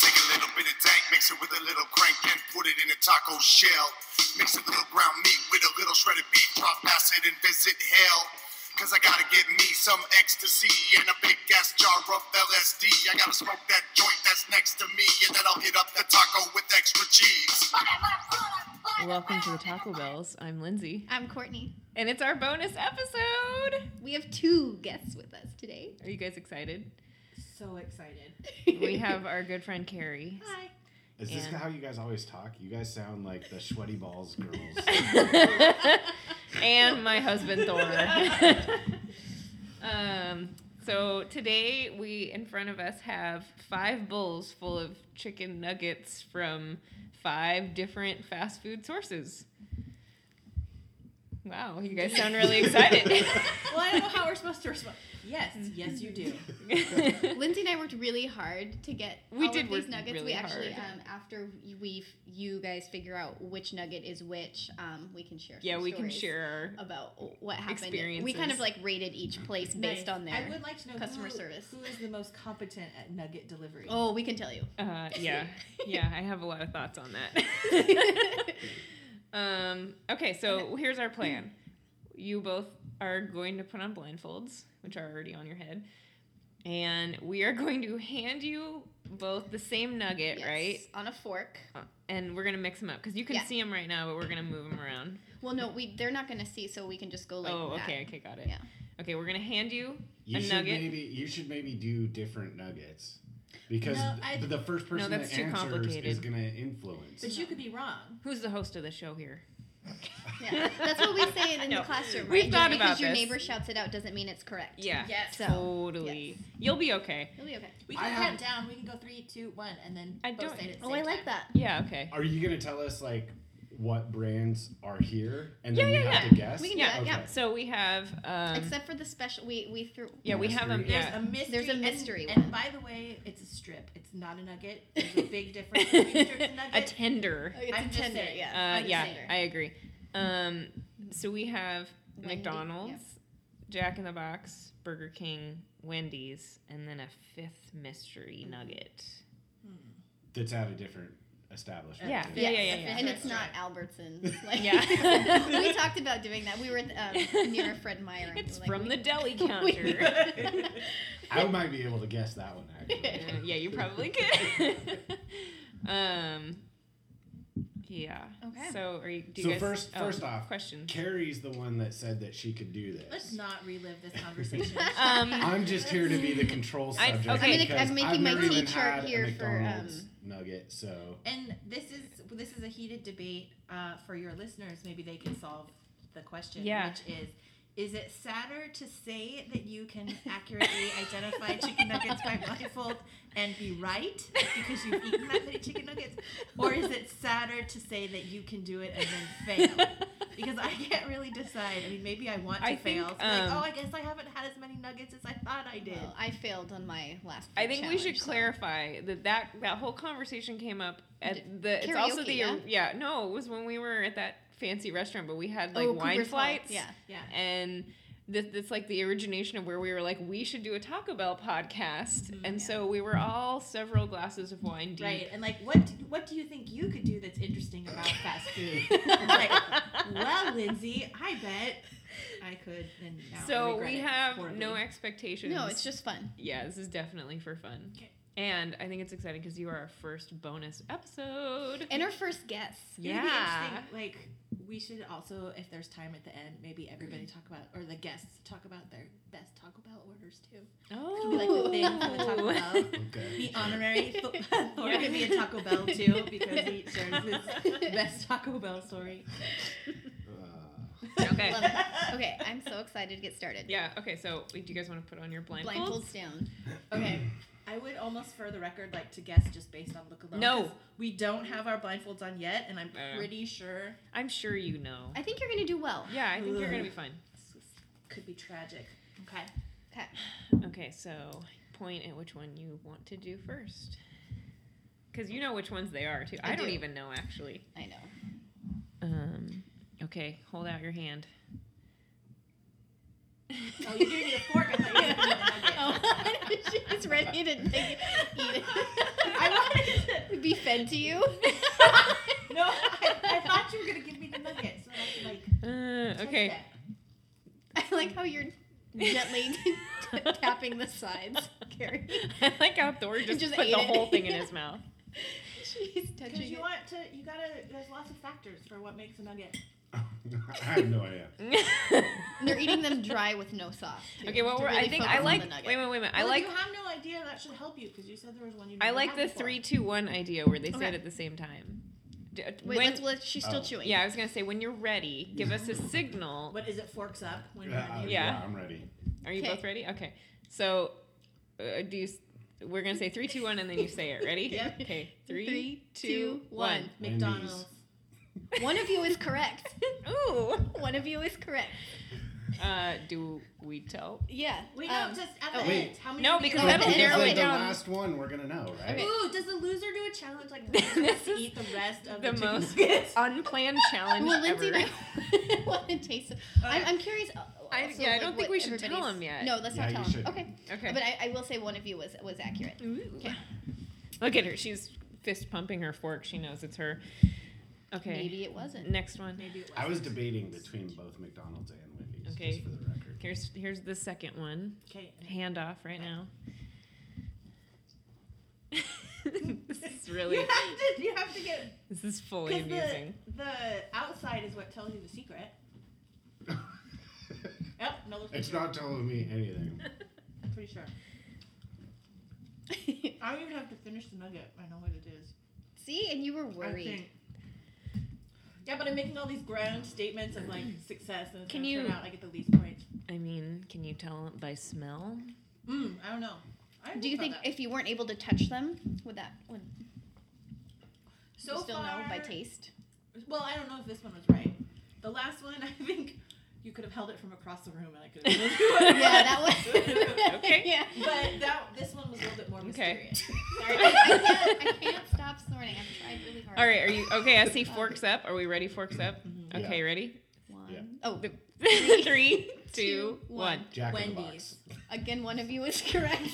Take a little bit of dank, mix it with a little crank, and put it in a taco shell. Mix a little ground meat with a little shredded beef, drop acid and visit hell. Cause I gotta get me some ecstasy and a big ass jar of LSD. I gotta smoke that joint that's next to me, and then I'll hit up the taco with extra cheese. Welcome to the Taco Bells. I'm Lindsay, I'm Courtney. and it's our bonus episode. We have two guests with us today. Are you guys excited? So excited. We have our good friend Carrie. Hi. Is this And- how you guys always talk? You guys sound like the sweaty balls girls. and my husband Thor. um, so today we in front of us have five bowls full of chicken nuggets from five different fast food sources. Wow, you guys sound really excited. Well, I don't know how we're supposed to respond. Mm-hmm. Yes, yes, you do. Lindsay and I worked really hard to get We all did of these work nuggets. really we actually, hard. um, after we you guys figure out which nugget is which, um, we can share. yeah, some we can stories share our about what happened. We kind experiences. of like rated each place based on their. I would like to know customer who- service. Who is the most competent at nugget delivery? oh, we can tell you. Uh, yeah, yeah, I have a lot of thoughts on that. um, okay, so here's our plan. You both are going to put on blindfolds, which are already on your head, and we are going to hand you both the same nugget, Yes, right? on a fork. Uh, And we're gonna mix them up because you can see Yeah. 'em see them right now, but we're gonna move them around. Well, no, we they're not gonna see, so we can just go like oh, that. okay, okay, got it. Yeah. Okay, we're gonna hand you. You A should nugget? maybe you should maybe do different nuggets because No, I- th- the first person that's that too answers complicated. is gonna influence. But you could be wrong. Who's the host of the show here? Yeah, that's what we say in No, the classroom. we've right? Just thought because about your this. neighbor shouts it out doesn't mean it's correct. Yeah, Yes. So, totally. yes. You'll be okay. It'll be okay. We I can have- count down. We can go three, two, one, and then I both don't- say it at the Oh, same I like time. that. Yeah, okay. Are you gonna tell us like what brands are here and then Yeah, we yeah, have yeah. to guess? We can Yeah, do that. Yeah. okay. So we have. Um, Except for the special, we we threw. yeah, we have them. Mystery. Yeah. There's a mystery. There's a and- mystery And, one. by the way, it's a strip. It's not a nugget. There's a big difference between a strip and a a nugget. tender. It's I'm a just tender, saying. yeah. Uh, I'm yeah, saying. I agree. Um, so we have Wendy- McDonald's, Jack in the Box, Burger King, Wendy's, and then a fifth mystery Mm-hmm. nugget. That's at a different establishment. Yeah. too. Yeah, yeah, yeah, it's- yeah. And it's not Albertsons. Like, Yeah. we talked about doing that. We were um, near Fred Meyer. and It's like, from we- the deli we- counter. I might be able to guess that one actually. Uh, yeah, you probably could. um, yeah. Okay. So are you? Do you So guys, oh, first- first off, question. Carrie's the one that said that she could do this. Let's not relive this conversation. Um, I'm just here to be the control I- subject. okay. I'm gonna- because I'm making my never even T-chart had a here for, um, McDonald's nugget. So And this is this is a heated debate uh, for your listeners. Maybe they can solve the question, Yeah. which is: Is it sadder to say that you can accurately identify chicken nuggets by blindfold and be right because you've eaten that many chicken nuggets, or is it sadder to say that you can do it and then fail? Because I can't really decide. I mean, maybe I want to I think, fail. So like, um, oh, I guess I haven't had as many nuggets as I thought I did. Well, I failed on my last. I think we should challenge, so- clarify that that that whole conversation came up at the. It's also the Karaoke, yeah. No, it was when we were at that fancy restaurant, but we had like Oh, wine Cooper's Hall, flights. Yeah. yeah. and this that's like the origination of where we were like we should do a Taco Bell podcast, Mm-hmm, and so we were all several glasses of wine deep. Right, and like, what do, what do you think you could do that's interesting about fast food? It's like, well, Lindsay, I bet I could. And now I so regret we it have horribly. no expectations. No, it's just fun. yeah. This is definitely for fun. Okay. And I think it's exciting because you are our first bonus episode. And our first guest. It'd be yeah. interesting, Like we should also, if there's time at the end, maybe everybody talk about or the guests talk about their best Taco Bell orders too. Oh. Could be like the thing from the Taco Bell. okay. The honorary fo- Thor could be a Taco Bell too because he shares his best Taco Bell story. Uh, okay. Love it. Okay, I'm so excited to get started. Yeah. Okay. So, wait, do you guys want to put on your blindfolds? Blindfolds down. Okay. Mm. I would almost, for the record, like to guess just based on look alone. No. 'cause We don't have our blindfolds on yet, and I'm Uh. pretty sure I'm sure you know. I think you're gonna do well. Yeah, I think you're gonna be fine. this is- could be tragic. Okay. Okay. Okay. So, point at which one you want to do first, because you know which ones they are too. I, I don't do. even know actually. I know. Um. Okay. Hold out your hand. Oh, you're giving me the fork. I thought you were giving me the Oh, She's ready to like, eat it. I wanted to. Be fed to you. No, I, I thought you were gonna give me the nuggets. So I could, like, Uh, touch okay. that. I like how you're gently tapping the sides, Carrie. I like how Thor just, Just put ate the it. whole thing in his mouth. She's Because touching you it. want to, you gotta. There's lots of factors for what makes a nugget. Uh, I have no idea. And They're eating them dry with no sauce. too, okay, well, to we're, I really think focus I on like. the nugget. Wait a minute, wait a minute. I Well, like. If you have no idea. That should help you because you said there was one you. I never like had the before. three, two, one idea where they say it Okay. at the same time. D- uh, when- Wait, let's, let she's still Oh. chewing. yeah, I was gonna say when you're ready, give us a signal. What is it? Forks up when you're Uh, Yeah, on I- you. Yeah. I'm ready. Are you Okay. both ready? Okay. So, uh, do you? s- We're gonna say three, two, one, and then you say it. Ready? Yep. Okay. Three, Three, two, two, one. Wendy's. McDonald's. One of you is correct. Ooh. One of you is correct. Uh, do we tell? Yeah. Wait, no, um, just at oh, the wait. end. How many? No, of you- because Oh, that'll okay. narrow Like it the down. last one, we're gonna know, right? Okay. Ooh, does the loser do a challenge like the loser This must is eat the rest of the the, chicken most- nuggets? Unplanned challenge well, Lindsay, ever. might want to taste it. I'm, Okay. I'm curious. uh, I- also, yeah, I like, don't think what we should tell everybody's- 'em yet. No, let's Yeah, not you tell him. shouldn't. Okay. Okay. But I, I will say one of you was was accurate. Ooh. Okay. Look at her. She's fist pumping her fork. She knows it's her. Okay. Maybe it wasn't. Next one. Maybe it I was wasn't. debating between both McDonald's and Wendy's, Okay. just for the record. Here's here's the second one. Okay. Handoff right now. this is You really have to. You have to get this is fully because amusing. the the outside is what tells you the secret. Yep. No. it's it's the not telling me anything. secret, I'm Pretty sure. I don't even have to finish the nugget. I know what it is. See, and you were I worried. think. Yeah, but I'm making all these grand statements of like success, and it's Can gonna you- turn out I get the least points. I mean, can you tell by smell? Mm, I don't know. I don't Do you know think about that. if you weren't able to touch them, would that would so you still know by far- taste? Well, I don't know if this one was right. The last one, I think you could have held it from across the room, and I could have. told you what it Yeah, that was Okay. Yeah. But that this one was a little bit more Okay. mysterious. Sorry, I, I can't, I can't stop snorting. I've tried really hard. All right, are you okay? I see forks up. Are we ready? Forks up. Yeah. Mm. Mm-hmm. Okay, ready? One. Yeah. Oh, Three, two, two, one. Jack in the Wendy's. Box. again, one of you is correct.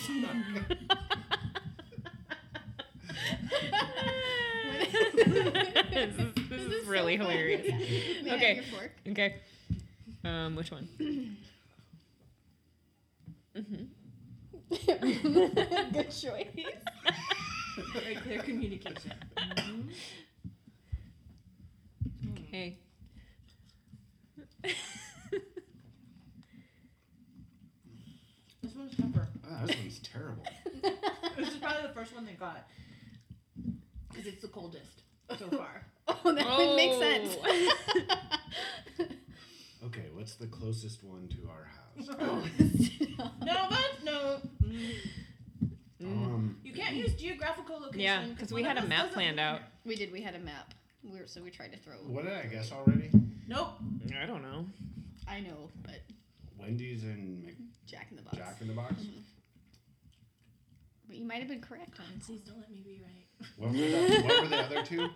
this, is, this is so really fun. hilarious. Oh, May I have Okay. your fork? Okay. Um, which one? Mhm. Good choice. Very clear communication. Mm-hmm. Mhm. Mm. Hey. This one's tougher. Oh, this one's terrible. This is probably the first one they got because it's the coldest so far. Oh, that would make sense. Okay, what's the closest one to our house? Oh. Oh, No, but no. Mm. Mm. Um, You can't use geographical location. Yeah, because we one had of a us map doesn't planned live out. here. we did. We had a map. We were, so we tried to throw. what did I guess already? Nope. I don't know. I know, but Wendy's and Mc- Jack in the Box. Jack in the Box. But you might have been correct on. Please don't let me be right. What were, the, what were the other two?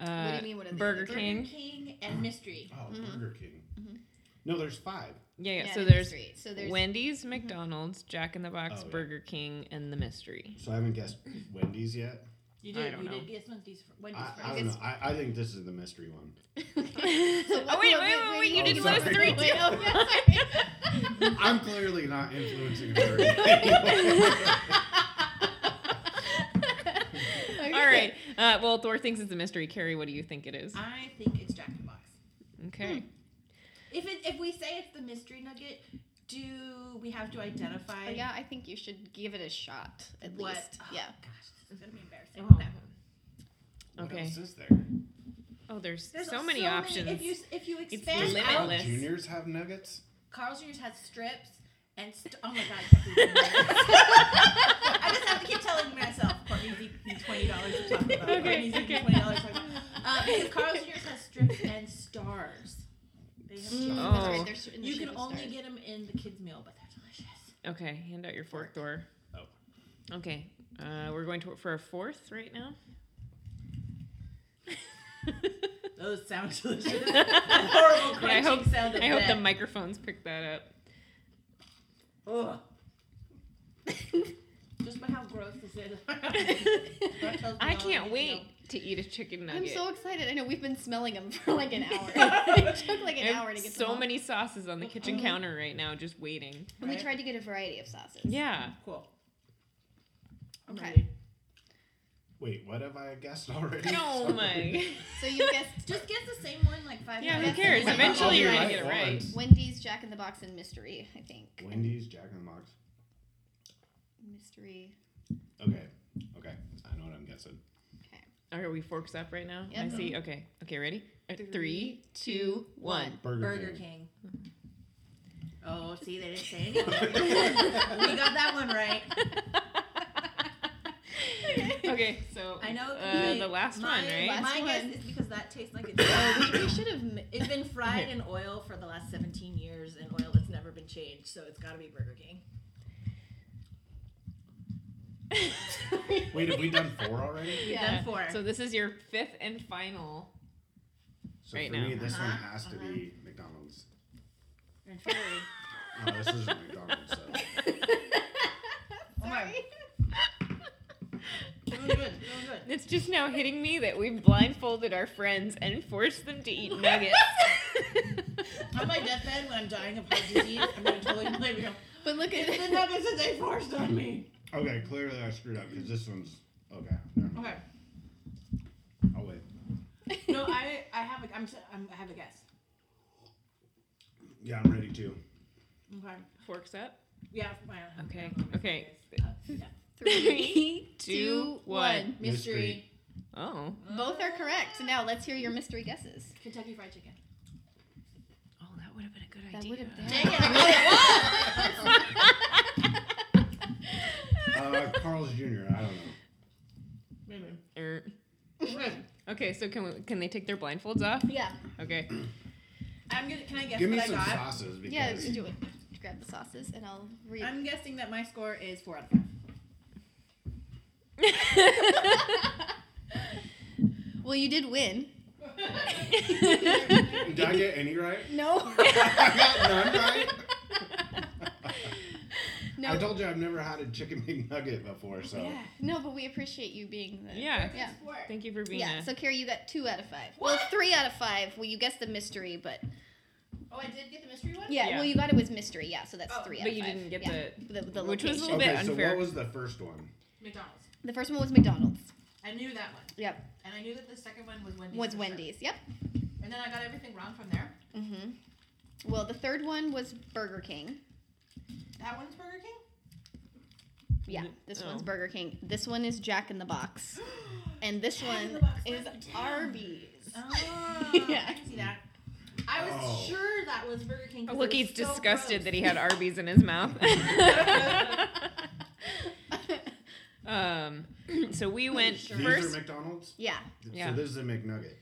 Uh, what do you mean? What are the Burger other- King. Burger King and mystery. Oh, Mm-hmm. Burger King. No, there's five. Yeah, yeah. Yeah, so and the there's, mystery. So there's- Wendy's, McDonald's, Jack in the Box, Oh, yeah. Burger King, and the mystery. So I haven't guessed Wendy's yet. You I did. don't you know. did. Guess one's these. Wendy's I, first. I don't know. I, I think this is the mystery one. So what- Oh, wait, what- wait, wait, wait, you didn't list sorry. three, Wait, two. oh, yeah, sorry. I'm clearly not influencing her. Okay. All right. Uh, well, Thor thinks it's a mystery. Carrie, what do you think it is? I think it's Jack in the Box. Okay. If it, if we say it's the mystery nugget, do we have to identify? Oh, But yeah, I think you should give it a shot at What? least. Oh, Yeah. Gosh, this is gonna be embarrassing. Oh. Okay. What Okay. else is there? Oh, there's, There's so many options. If you s- if you Does expand limitless. out, Carl Juniors have nuggets? Carl's Jr. has strips and st- oh my god. I just have to keep telling myself, Courtney, you need twenty dollars to talk about. Okay, Courtney, you need okay. twenty dollars. Um, because Carl's Jr. has strips and stars. They have Mm, stars. that's Oh. right. There's in the You shape can of only stars. get them in the kids' meal, but they're delicious. okay, hand out your fork, Thor. Oh. Okay. Uh, we're going to for a fourth right now. Those sound delicious. Horrible Yeah, I crunching hope- sound I hope the effect. microphones picked that up. Ugh. excited. I I can't wait to eat a chicken I'm nugget. so excited. I know we've been smelling them for like an hour. it took like I an have hour to get so them all. many sauces on the kitchen Mhm. counter right now, just waiting. And we Right. tried to get a variety of sauces. Yeah. Cool. I'm Okay. ready. Wait, what have I guessed already? Oh Sorry. my. So you guessed Just guess the same one like five Yeah, who times. cares? Yeah. Eventually you're I'll be gonna right get it on. right. Wendy's, Jack in the Box, and Mystery. I think. Wendy's, Jack in the Box. Mystery. Okay, okay, I know what I'm guessing. Are we forks up right now? Yep. I see. Okay. Okay, ready? Uh, Three, two, one. Three, two, one. Burger, Burger King. King. Oh, see, they didn't say anything. we got that one right. okay, so I know. uh, okay, the last my, one, right? last my one. guess is because that tastes like it's so. We should have. It's been fried in oil for the last 17 years in oil that's never been changed, so it's got to be Burger King. Wait, have we done four already? We've Yeah. done four. So this is your fifth and final. So Right for now. me, this one Uh-huh, has to be McDonald's. And furry. No, Oh, this isn't McDonald's. So. Oh my. Doing good. Doing good. It's just now hitting me that we've blindfolded our friends and forced them to eat nuggets. On my deathbed, when I'm dying of heart disease, I'm going to totally blame you. But look at It's the nuggets that they forced on me. Okay, clearly I screwed up because this one's okay. Never mind. Okay. I'll wait. No, I, I have a, I'm, s- I'm, I have a guess. Yeah, I'm ready too. Okay. Forks up. Yeah. my- Okay. my- my Okay. guess. Uh, yeah. three, two, one. Mystery. Oh. Both are correct. So now let's hear your mystery guesses. Kentucky Fried Chicken. Oh, that would have been a good That would idea. have been. Dang it! I knew it was. Uh, Carl's Jr. I don't know. Wait a minute. Er, Okay. Okay, so can we, can they take their blindfolds off? Yeah. Okay. I'm gonna. Can I guess Give me what I some got? sauces because Yeah. Just do it. Grab the sauces and I'll read. I'm guessing that my score is four out of five. well, you did win. did I get any right? No. I got none right. no. I told you I've never had a chicken McNugget before, so yeah. No, but we appreciate you being there. yeah. Yeah. Thank you for being Yeah. a- So Carrie, you got two out of five. Well, three out of five. Well, you guessed the mystery, but Oh, I did get the mystery one. yeah. Yeah. Well, you got it was mystery. Yeah. So that's Oh, three out but of you five. didn't get yeah. the the, which was a location. little bit okay. So unfair. what was the first one? McDonald's. The first one was McDonald's. I knew that one, Yep. and I knew that the second one was Wendy's. Was for sure. Wendy's. Yep. And then I got everything wrong from there. Mm-hmm. Well, the third one was Burger King. That one's Burger King. Yeah, Th- this oh. one's Burger King. This one is Jack in the Box, and this Jack in one the Box, is that's down. Arby's. Oh, Yeah. I can see that. I was Oh. sure that was Burger King. 'cause it Oh, Look, was he's so disgusted that he gross. had Arby's in his mouth. um, so we went Sure. These first. are McDonald's. yeah, Yeah. So this is a McNugget.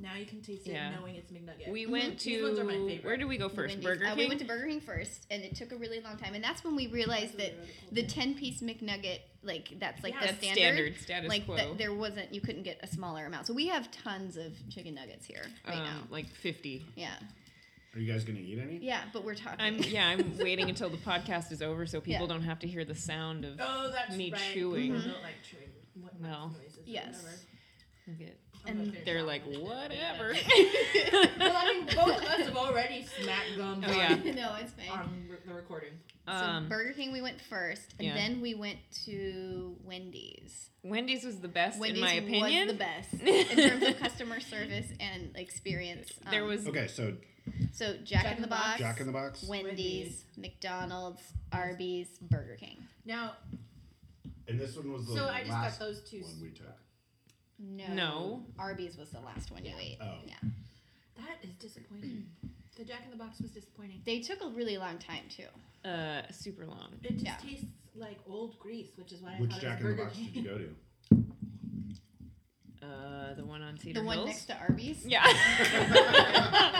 Now you can taste it, Yeah. knowing it's McNugget. We Mhm. went These ones are my to. favorite. Where did we go first? Wendy's. Burger Uh, King. we went to Burger King first, and it took a really long time. And that's when we realized that the ten-piece McNugget, like that's like Yeah, the That's standard. standard, status Like quo. that, there wasn't, you couldn't get a smaller amount. So we have tons of chicken nuggets here right um, now. like fifty. Yeah, Are you guys gonna eat any? yeah, but we're talking. I'm yeah. I'm waiting until the podcast is over so people Yeah. don't have to hear the sound of. Oh, that's Me right. chewing. People don't like chewing. What Mm-hmm. No. mouth noises or Yes. whatever. I'm gonna and figure They're it out. like whatever. well, I mean, both of us have already smacked gums Oh, yeah. no, it's fine. on, on re- the recording. um, so Burger King we went first, and yeah. then we went to Wendy's. Wendy's was the best Wendy's in my opinion. was the best in terms of customer service and experience. Um, There was Okay, so so Jack, in the Box, Jack in the Box. Wendy's, McDonald's, Arby's, Burger King. Now, And this one was the so I just got last those two. one we took. No, No. Arby's was the last one you ate. Oh. Yeah, That is disappointing. the Jack in the Box was disappointing. they took a really long time too. uh, super long. It just Yeah. tastes like old grease, which is why I Which thought Jack it in was the Burger Box King. did you go to? Uh, the one on Cedar the one Hills. next to Arby's. Yeah.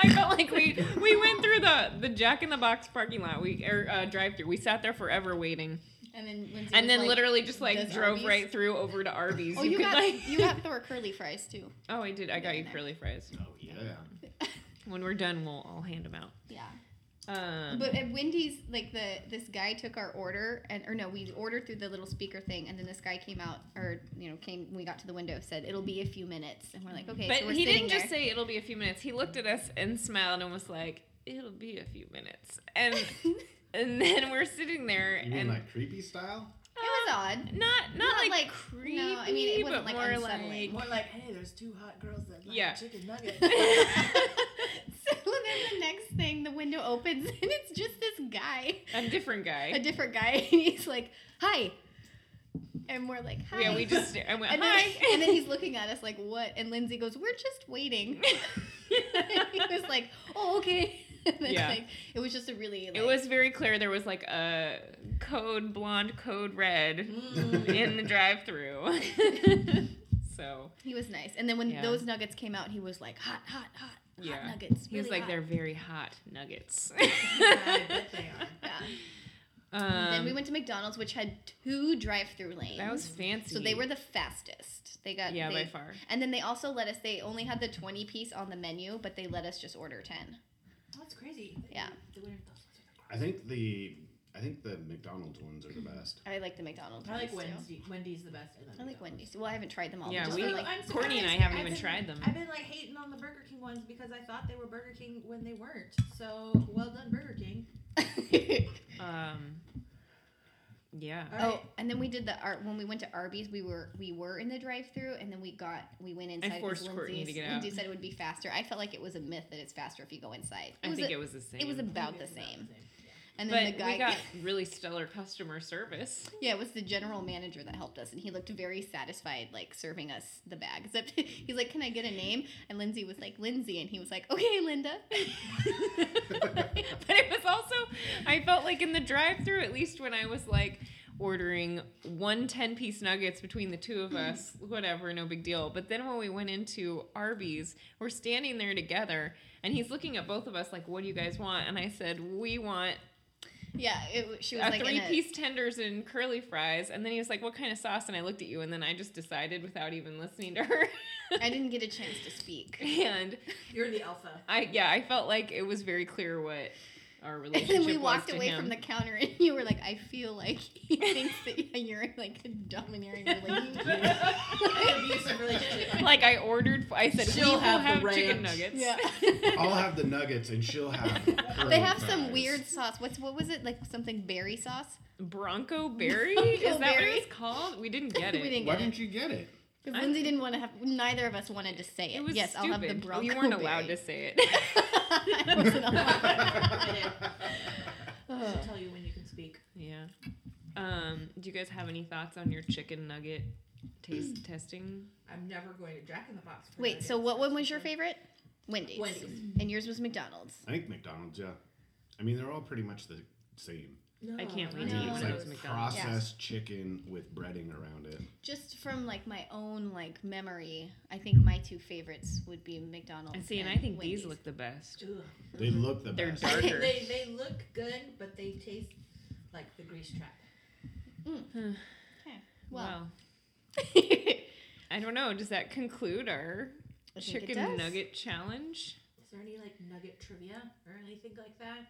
I felt like we we went through the the Jack in the Box parking lot. We or uh, drive through. We sat there forever waiting, and then Lindsay was and then like, literally just like "Does drove Arby's-" right through over to Arby's. Oh, you, could, got like- you got Thor curly fries too. oh, I did. I got you Yeah. curly fries. Oh yeah. When we're done, we'll I'll hand them out. Yeah. Um, But at Wendy's, like the this guy took our order, and or no, we ordered through the little speaker thing, and then this guy came out, or you know, came when we got to the window, said it'll be a few minutes, and we're like, okay, but so we're he sitting didn't just there. say it'll be a few minutes. He looked at us and smiled and was like, "It'll be a few minutes." And and then we're sitting there You mean and like creepy style? it was "Ah." odd. not not, like, creepy, no, I mean it wasn't but like more unsettling. More like, hey, there's two hot girls that like Yeah. chicken nuggets. so then the next thing, the window opens, and it's just this guy, a different a guy. different guy, and he's like, hi, and we're like, hi. Yeah, we just I went And then, hi, and then he's looking at us like, what? And Lindsay goes, we're just waiting. he was like, "Oh, okay." And then, Yeah. like, it was just a really. Like, it was very clear there was like a code blonde, code red Mm. Mm. in the drive-through. so He was nice, and then when Yeah. those nuggets came out, he was like, "Hot, hot, hot, Yeah. hot nuggets." he was really like, hot." "They're very hot nuggets." I bet they are. Yeah. Um, then we went to McDonald's, which had two drive-through lanes. That was fancy. so they were the fastest. They got yeah by they, far. And then they also let us. They only had the twenty piece on the menu, but they let us just order ten. That's crazy. Yeah. The winner of those ones are the I think the I think the McDonald's ones are the best. I like the McDonald's. I like ones, too. Wendy. Wendy's the best. I like Wendy's. Well, I haven't tried them all. but Yeah, just we- the, like, I'm Courtney and I surprised. haven't I've even been- tried them. I've been like hating on the Burger King ones because I thought they were Burger King when they weren't. So well done, Burger King. Um, yeah. All Oh, right. and then we did the art when we went to Arby's. We were we were in the drive-through, and then we got we went inside. 'cause forced Courtney to Lindsay's- get out. Lindsay said it would be faster. I felt like it was a myth that it's faster if you go inside. It I was think a- it was the same. it was about the It's same. Yeah. And then But the guy, we got really stellar customer service. yeah, it was the general manager that helped us, and he looked very satisfied, like serving us the bag. Except he's like, "Can I get a name?" And Lindsay was like, "Lindsay," and he was like, "Okay, Linda." but it was also I felt like in the drive-through at least when I was like ordering one 10-piece nuggets between the two of us, whatever, no big deal. But then when we went into Arby's, we're standing there together and he's looking at both of us like what do you guys want? And I said, "We want yeah, it, w- she was a like in three-piece tenders and curly fries." And then he was like, "What kind of sauce?" And I looked at you and then I just decided without even listening to her. I didn't get a chance to speak. and You're the alpha. I yeah, I felt like it was very clear what our And relationship then we was walked to away him. from the counter, and you were like, "I feel like he thinks that you're in, like a domineering relationship." An abusive relationship. like I ordered. I said She'll we will have have, the chicken ranch." nuggets. yeah, I'll have the nuggets and she'll have. curly they have some fries. weird sauce. What's what was it like? Something berry sauce? Bronco berry. Bronco Is that berry? what it's called? We didn't get We it. didn't Why get didn't you get it? Because I- Lindsay didn't want to have. Neither of us wanted to say it. It was yes, stupid. I'll have the bronco. You weren't allowed to berry. say it. I wasn't allowed. She'll tell you when you can speak. yeah. Um, do you guys have any thoughts on your chicken nugget Mm. taste testing? I'm never going to Jack in the Box. for Wait, so nuggets. what one was your favorite? Wendy's. Mm-hmm. Wendy's. And yours was McDonald's. I think McDonald's. Yeah, I mean they're all pretty much the same. I can't No, wait to No. eat It's one Yeah. of those like McDonald's. processed chicken with breading around it. Just from like my own like memory, I think my two favorites would be McDonald's. And see, and I think Wendy's. these look the best. Ugh. They look the They're best. darker. They, they look good, but they taste like the grease trap. well. Wow. I don't know. Does that conclude our I think it chicken does. nugget challenge? Is there any like nugget trivia or anything like that?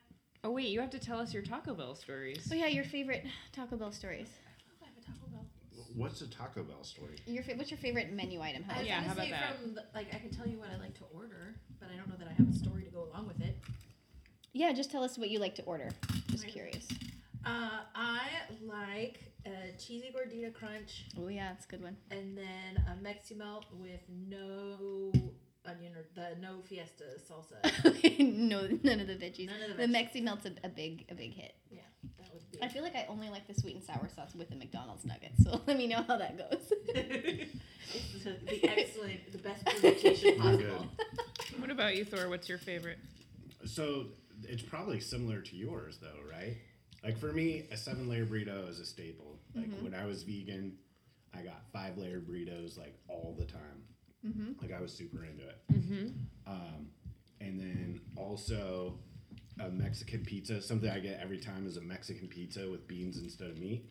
Oh wait, you have to tell us your Taco Bell stories. So Oh, yeah, your favorite Taco Bell stories. I have a Taco Bell. Oh, What's the Taco Bell story? Your fa- what's your favorite menu item? I How was Yeah, gonna how about say that? from the, like I can tell you what I like to order, but I don't know that I have a story to go along with it. yeah, just tell us what you like to order. Just Right. curious. Uh, I like a cheesy gordita crunch Oh yeah, that's a good one. and then a Mexi melt with no onion or the no fiesta salsa. no, none of the veggies. None of the the veggies. Mexi melt's a, a big, a big hit. yeah, that would be. I feel like I only like the sweet and sour sauce with the McDonald's nuggets. So let me know how that goes. it's the, the excellent, the best pronunciation Not possible. What about you, Thor? What's your favorite? So it's probably similar to yours, though, right? Like for me, a seven layer burrito is a staple. Like when I was vegan, I got five layer burritos like all the time. Like I was super into it. Um, and then also a Mexican pizza. Something I get every time is a Mexican pizza with beans instead of meat.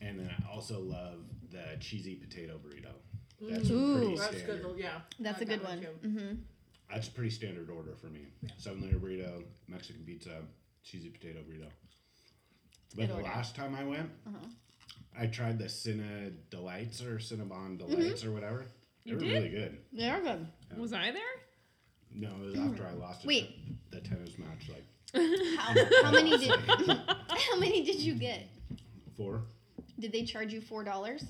And then I also love the cheesy potato burrito. That's a pretty Ooh. standard. yeah. That's a Like good that one. too. hmm That's a pretty standard order for me. Seven layer burrito, Mexican pizza, cheesy potato burrito. But good the order. Uh-huh. last time I went, I tried the Cinna Delights or Cinnabon Mm-hmm. Delights or whatever. They You were did? really good. They are good. Was I there? No, it was after I lost Mm. it, Wait. the tennis match, like How, how many did how many did you get? four. Did they charge you four dollars?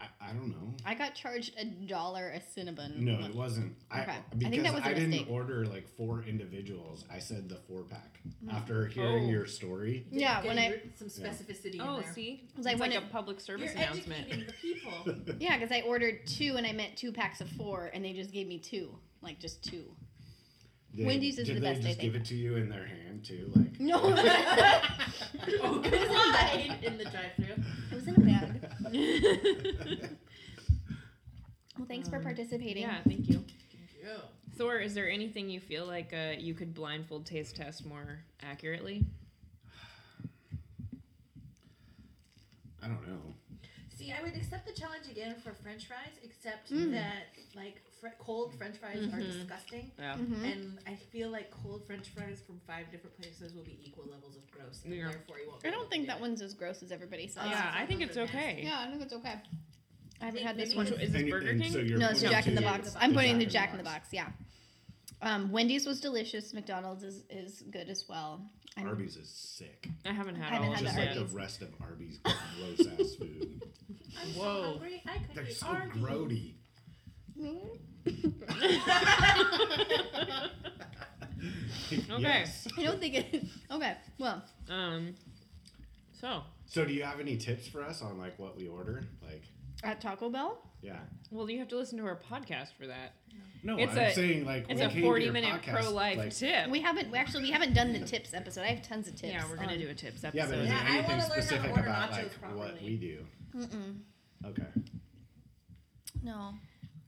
I, I don't know. I got charged a dollar a cinnamon. No, it wasn't. I, Okay. I because I, think that was a didn't mistake. order like four individuals. I said the four pack. Mm. After hearing Oh. your story, Yeah, Get when I your- some specificity in Oh, there. see, It's it's like like, when a it- public service You're announcement. educating the people. yeah, because I ordered two and I meant two packs of four, and they just gave me two, like just two. they- Wendy's is did the they best, I Just give think. it to you in their hand too, like No, it oh, God. in the drive-through. was in a bag. Um, Well, thanks for participating. yeah, thank you. Yeah. Thor, is there anything you feel like uh, you could blindfold taste test more accurately? I don't know. See, I would accept the challenge again for French fries, except that like fr- cold French fries are disgusting, Yeah. Hmm? Mm-hmm. and I feel like cold French fries from five different places will be equal levels of gross, and Yeah. therefore you won't. I be able don't to think do that it. one's as gross as everybody says. Yeah. I think it's okay. Yeah, I think it's okay. I haven't had Think this maybe one. it's- Is this And- Burger and King? so you're No, it's pointing Jack in the to Box. the I'm Jack pointing to in the Jack in the Box. Box. Yeah. Um, Wendy's was delicious. McDonald's is, is good as well. I'm- Arby's is sick. I haven't had I haven't all of had Just the them like yet. Arby's. the rest of Arby's gross ass food. I'm Whoa. so hungry. I could They're eat so Arby's. grody. Yes. I don't think it. Okay. Well, Um. So, So, do you have any tips for us on like what we order? Like, at Taco Bell, yeah. well, you have to listen to our podcast for that. No, It's I'm a- saying like It's we a came to your forty-minute podcast, pro-life like, tip. we haven't. We actually we haven't done the tips episode. I have tons of tips. yeah, we're gonna on- do a tips Yeah, but episode. is Yeah, I there anything wanna learn how to specific order about nachos like what properly. we do? Mm-mm. Okay. No.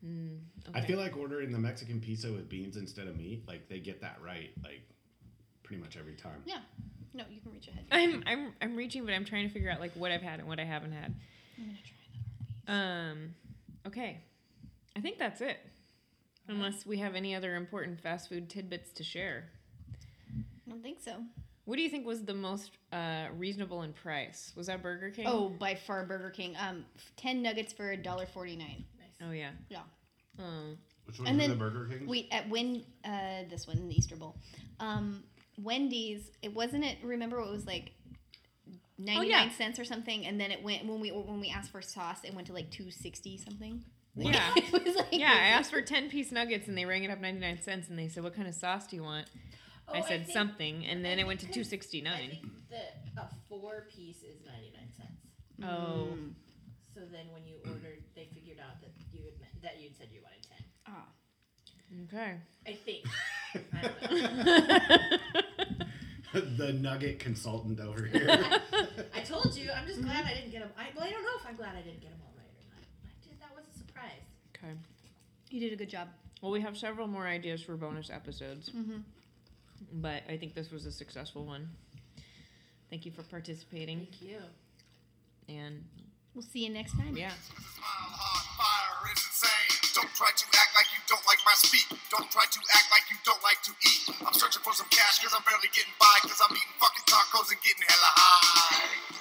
Mm, I okay. feel like ordering the Mexican pizza with beans instead of meat, like they get that right, like pretty much every time. Yeah. No, you can reach ahead. I'm I'm I'm reaching, but I'm trying to figure out like what I've had and what I haven't had. I'm gonna try Um, okay, I think that's it. Unless we have any other important fast food tidbits to share. that. I don't think so. What do you think was the most uh, reasonable in price? Was that Burger King? Oh, by far Burger King. Um, f- ten nuggets for a dollar forty nine. oh yeah. Yeah. Um, Which one And is then- the Burger King? Wait, at when uh, this one the Easter Bowl, um, Wendy's. It wasn't it. Remember, it was like ninety nine Oh, yeah. cents or something, and then it went when we when we asked for sauce, it went to like two sixty something. yeah. it was like Yeah, I asked for 10 piece nuggets and they rang it up 99 cents and they said, What kind of sauce do you want? Oh, I said think- something and then I it went to think- I 269. think the a four piece is ninety nine cents. Oh, So then when you ordered, they figured out that you had meant, that you'd said you wanted ten. Ah. okay. I think. I don't know. the nugget consultant over here. I told you. I'm just glad I didn't get them. I, well, I don't know if I'm glad I didn't get them all right or not. I did. That was a surprise. okay. You did a good job. Mm-hmm. Well, we have several more ideas for bonus episodes, but I think this was a successful one. Thank you for participating Thank you. and We'll see you next time. yeah. Smile hard, fire is insane. Don't try to act like you don't like my speak. Don't try to act like you don't like to eat. I'm searching for some cash cause I'm barely getting by cause I'm eating fucking tacos and getting hella high.